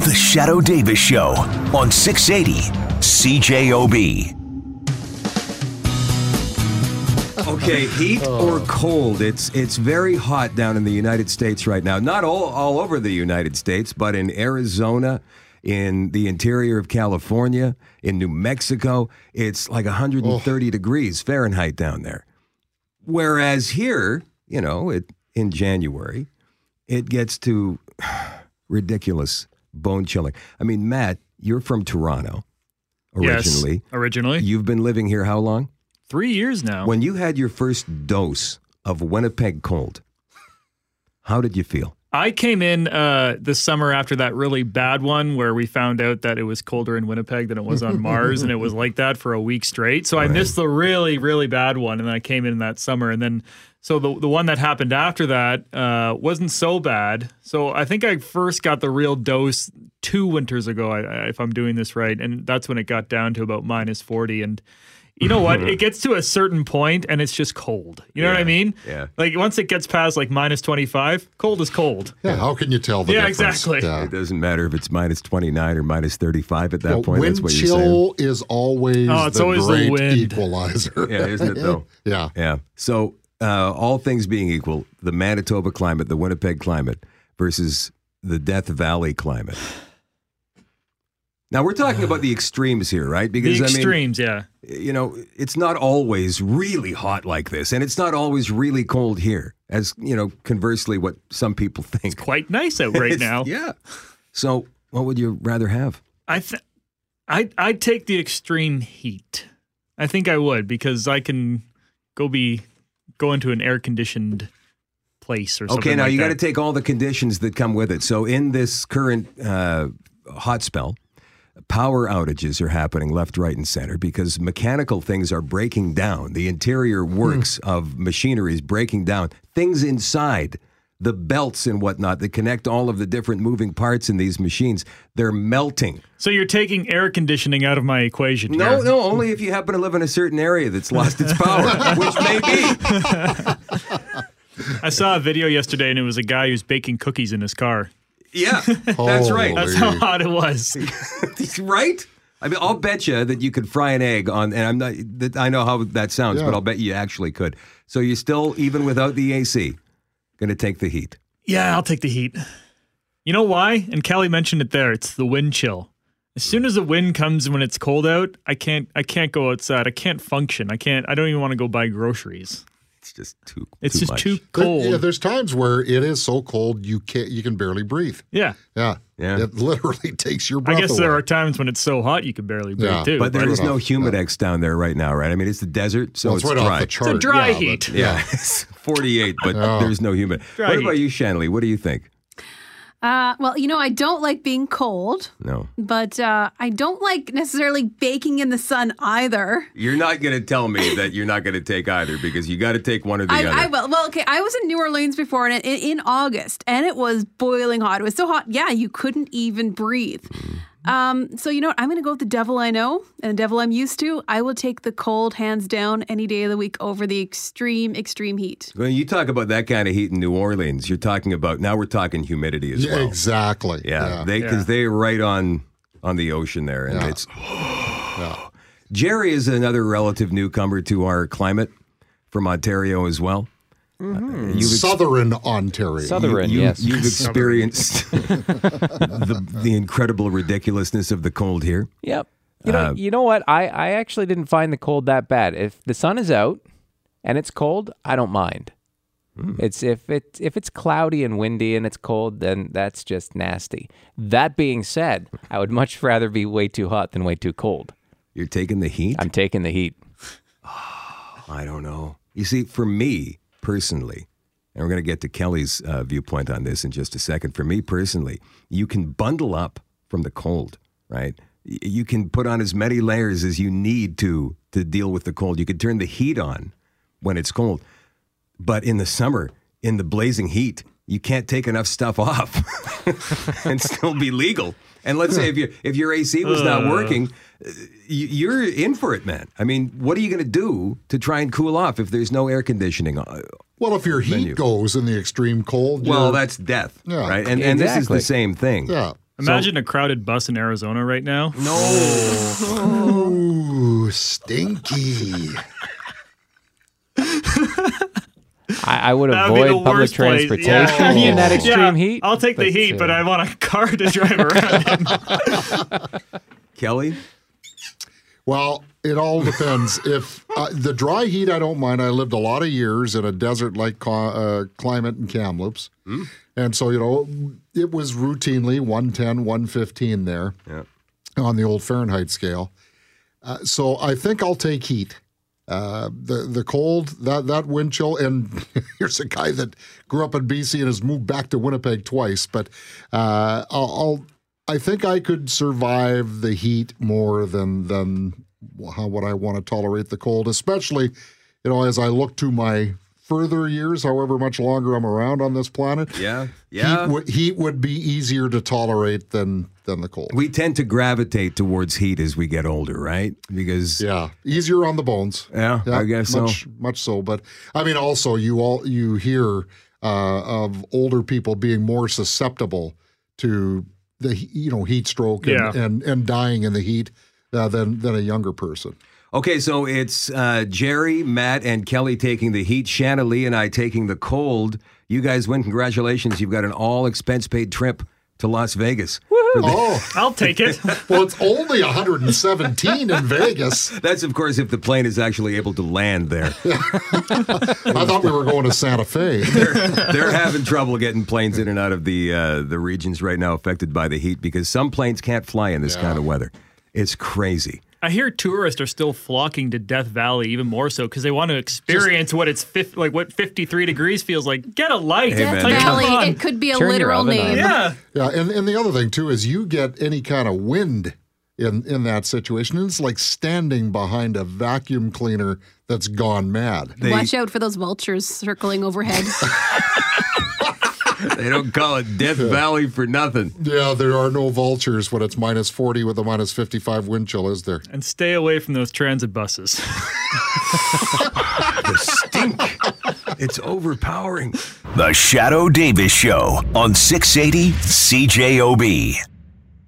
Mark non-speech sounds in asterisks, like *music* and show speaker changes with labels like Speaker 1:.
Speaker 1: The Shadow Davis Show on 680 CJOB.
Speaker 2: Okay, heat or cold? It's it's very hot down in the United States right now. Not all all over the United States, but in Arizona, in the interior of California, in New Mexico, it's like 130 degrees Fahrenheit down there. Whereas here, you know, it in January, it gets to *sighs* ridiculous, bone chilling. I mean, Matt, you're from Toronto originally.
Speaker 3: Yes, originally.
Speaker 2: You've been living here how long?
Speaker 3: Three years now.
Speaker 2: When you had your first dose of Winnipeg cold, how did you feel?
Speaker 3: I came in uh, this summer after that really bad one where we found out that it was colder in Winnipeg than it was on Mars, and
Speaker 2: *laughs*
Speaker 3: it was like that for a week straight. So I missed the really, really bad one, and then I came in that summer. And then, so the, the one that happened after that uh, wasn't so bad. So I think I first got the real dose two winters ago, I, I, if I'm doing this right. And that's when it got down to about minus 40. And you know
Speaker 2: *laughs*
Speaker 3: what? it gets to a certain point and it's just cold. You know what I mean?
Speaker 2: yeah.
Speaker 3: Like once it gets past like minus 25, cold is cold.
Speaker 4: Yeah, how can you tell the
Speaker 3: Yeah,
Speaker 4: difference?
Speaker 3: exactly.
Speaker 4: Yeah.
Speaker 2: It doesn't matter if it's minus 29 or minus 35 at that
Speaker 4: Well,
Speaker 2: point. That's
Speaker 4: wind
Speaker 2: what you're saying.
Speaker 4: chill is always
Speaker 3: Oh, it's
Speaker 4: the
Speaker 3: always the
Speaker 4: great
Speaker 3: wind.
Speaker 4: equalizer. *laughs*
Speaker 2: Yeah, isn't it though?
Speaker 4: Yeah.
Speaker 2: Yeah. So, uh, all things being equal, the Manitoba climate, the Winnipeg climate versus the Death Valley climate. Now, we're talking about the extremes here, right? Because,
Speaker 3: the
Speaker 2: I mean,
Speaker 3: extremes, yeah.
Speaker 2: you know, it's not always really hot like this, and it's not always really cold here, as, you know, conversely, what some people think.
Speaker 3: Quite nice
Speaker 2: *laughs*
Speaker 3: out right
Speaker 2: It's-
Speaker 3: now.
Speaker 2: Yeah. So, what would you rather have?
Speaker 3: I th- I I'd take the extreme heat. I think I would because I can go be go into an air conditioned place or something.
Speaker 2: Okay, now
Speaker 3: like
Speaker 2: you got to
Speaker 3: that.
Speaker 2: take all the conditions that come with it. So, in this current uh, hot spell, power outages are happening left, right, and center because mechanical things are breaking down. The interior
Speaker 3: Hmm.
Speaker 2: works of machinery is breaking down. Things inside, the belts and whatnot that connect all of the different moving parts in these machines, they're melting.
Speaker 3: so you're taking air conditioning out of my equation.
Speaker 2: No,
Speaker 3: here.
Speaker 2: no, only if you happen to live in a certain area that's lost its
Speaker 3: *laughs*
Speaker 2: power, which may be.
Speaker 3: I saw a video yesterday and it was a guy who's baking cookies in his car.
Speaker 2: Yeah, that's right.
Speaker 3: That's how hot
Speaker 2: *laughs*
Speaker 3: it was.
Speaker 2: right? I mean, I'll bet you that you could fry an egg on, and I'm not. That I know how that sounds,
Speaker 4: Yeah.
Speaker 2: but I'll bet you actually could. So you're still, even without the AC, going to take the heat.
Speaker 3: Yeah, I'll take the heat. You know why? And Callie mentioned it there. It's the wind chill. As soon as the wind comes when it's cold out, I can't I can't go outside. I can't function. I can't I don't even want to go buy groceries.
Speaker 2: It's just too.
Speaker 3: It's just
Speaker 2: much.
Speaker 3: too
Speaker 4: But,
Speaker 3: cold.
Speaker 4: yeah, there's times where it is so cold you can not you can barely breathe.
Speaker 3: yeah.
Speaker 4: Yeah.
Speaker 2: Yeah.
Speaker 4: It literally *laughs* takes your
Speaker 3: I
Speaker 4: breath
Speaker 3: guess
Speaker 4: away.
Speaker 3: there are times when it's so hot you can barely breathe
Speaker 4: Yeah,
Speaker 3: too.
Speaker 2: But there
Speaker 4: Right
Speaker 2: is no
Speaker 4: off, yeah.
Speaker 2: humidex down there right now, right? I mean, it's the desert, so
Speaker 4: Well,
Speaker 2: it's,
Speaker 4: it's right
Speaker 2: dry.
Speaker 4: off the chart.
Speaker 3: dry
Speaker 4: yeah, but-
Speaker 3: heat.
Speaker 2: yeah, *laughs* it's 48, but there's no humid.
Speaker 3: Dry
Speaker 2: what about
Speaker 3: heat.
Speaker 2: you, Shanley? What do you think?
Speaker 5: Uh, well, you know, I don't like being cold,
Speaker 2: No,
Speaker 5: but uh, I don't like necessarily baking in the sun either.
Speaker 2: you're not going to tell me that you're not going to take either because you got to take one or the
Speaker 5: I,
Speaker 2: other.
Speaker 5: I will. Well, okay. I was in New Orleans before and in, in August, and it was boiling hot. It was so hot. Yeah, you couldn't even breathe.
Speaker 2: Mm-hmm.
Speaker 5: Um, so, you know what? I'm going to go with the devil I know and the devil I'm used to. I will take the cold hands down any day of the week over the extreme, extreme heat.
Speaker 2: when you talk about that kind of heat in New Orleans, you're talking about now we're talking humidity as
Speaker 4: Yeah,
Speaker 2: well.
Speaker 4: Exactly.
Speaker 2: Yeah, they because
Speaker 3: Yeah.
Speaker 2: they're right on on the ocean there, and
Speaker 4: Yeah.
Speaker 2: it's
Speaker 4: *gasps* Yeah.
Speaker 2: Jerry is another relative newcomer to our climate from Ontario as well. Uh, you've ex-
Speaker 4: Southern Ontario.
Speaker 6: Mm-hmm. Southern,
Speaker 2: you,
Speaker 6: yes.
Speaker 2: you've
Speaker 6: *laughs*
Speaker 2: experienced *laughs* the, the incredible ridiculousness of the cold here.
Speaker 6: Yep. You know, you know what? I, I actually didn't find the cold that bad. If the sun is out and it's cold, I don't mind. It's if it if it's cloudy and windy and it's cold, then that's just nasty. That being said, I would much rather be way too hot than way too cold.
Speaker 2: You're taking the heat.
Speaker 6: I'm taking the heat.
Speaker 2: I don't know. You see, for me personally, and we're going to get to Kelly's uh, viewpoint on this in just a second. For me personally, you can bundle up from the cold, right? Y- You can put on as many layers as you need to to deal with the cold. You can turn the heat on when it's cold, but in the summer, in the blazing heat, you can't take enough stuff off *laughs* and still be legal. And let's say if your if your AC was not working, you- you're in for it, man. I mean, what are you going to do to try and cool off if there's no air conditioning uh,
Speaker 4: Well, if your heat
Speaker 2: Menu.
Speaker 4: goes in the extreme cold,
Speaker 2: Well,
Speaker 4: you're-
Speaker 2: that's death,
Speaker 4: Yeah.
Speaker 2: right? And and this is
Speaker 6: Exactly.
Speaker 2: the same thing.
Speaker 4: yeah.
Speaker 3: Imagine a crowded bus in Arizona right now.
Speaker 4: Ooh, stinky.
Speaker 6: I, I would
Speaker 3: That'd be the
Speaker 6: avoid public
Speaker 3: worst place.
Speaker 6: *laughs*
Speaker 3: Yeah.
Speaker 6: transportation in that
Speaker 4: Yeah.
Speaker 6: extreme heat.
Speaker 3: I'll take the heat, but I want a car to drive around. in.
Speaker 2: Kelly,
Speaker 4: Well, it all depends. if uh, the dry heat, I don't mind. I lived a lot of years in a desert-like co- uh, climate in Kamloops, and so you know it was routinely 110, 115 there
Speaker 2: Yeah.
Speaker 4: on the old Fahrenheit scale. Uh, so I think I'll take heat. Uh, the the cold that that wind chill and *laughs* here's a guy that grew up in BC and has moved back to Winnipeg twice, but uh, I'll, I'll I think I could survive the heat more than than how would I want to tolerate the cold, especially you know as I look to my further years, however much longer I'm around on this planet.
Speaker 2: yeah,
Speaker 4: Heat, would heat would be easier to tolerate than than the cold.
Speaker 2: We tend to gravitate towards heat as we get older, right? Because
Speaker 4: Yeah, easier on the bones.
Speaker 2: Yeah, I guess so.
Speaker 4: much, Much so, but I mean, also you all you hear uh, of older people being more susceptible to the he- you know heat stroke and
Speaker 3: Yeah.
Speaker 4: and, and dying in the heat uh, than than a younger
Speaker 2: *laughs*
Speaker 4: person.
Speaker 2: Okay, so it's uh, Jerry, Matt, and Kelly taking the heat. Shanna Lee and I taking the cold. You guys win. Congratulations. You've got an all expense paid trip to Las Vegas. For the-
Speaker 4: Oh,
Speaker 3: I'll take it.
Speaker 4: well, it's only 117 in Vegas.
Speaker 2: That's, of course, if the plane is actually able to land there.
Speaker 4: I thought we were going to Santa
Speaker 2: *laughs*
Speaker 4: Fe.
Speaker 2: They're having trouble getting planes in and out of the uh, the regions right now affected by the heat because some planes can't fly in this kind of weather. It's crazy.
Speaker 3: I hear tourists are still flocking to Death Valley even more so because they want to experience what it's fif- like what 53 degrees feels like. Get a light.
Speaker 2: Hey,
Speaker 3: It's
Speaker 2: man.
Speaker 3: like, come
Speaker 5: Valley.
Speaker 3: on.
Speaker 5: It could be a
Speaker 6: Turn your
Speaker 5: literal
Speaker 6: oven on.
Speaker 5: name.
Speaker 3: yeah.
Speaker 4: Yeah, and, and the other thing too is you get any kind of wind in in that situation. It's like standing behind a vacuum cleaner that's gone mad.
Speaker 5: Watch out for those vultures
Speaker 2: *laughs*
Speaker 5: circling overhead.
Speaker 2: They don't call it Death Valley for nothing.
Speaker 4: Yeah, there are no vultures when it's minus forty with a minus fifty-five wind chill, is there?
Speaker 3: And stay away from those transit buses. *laughs*
Speaker 2: The stink. it's overpowering.
Speaker 1: The Shadow Davis Show on 680 CJOB.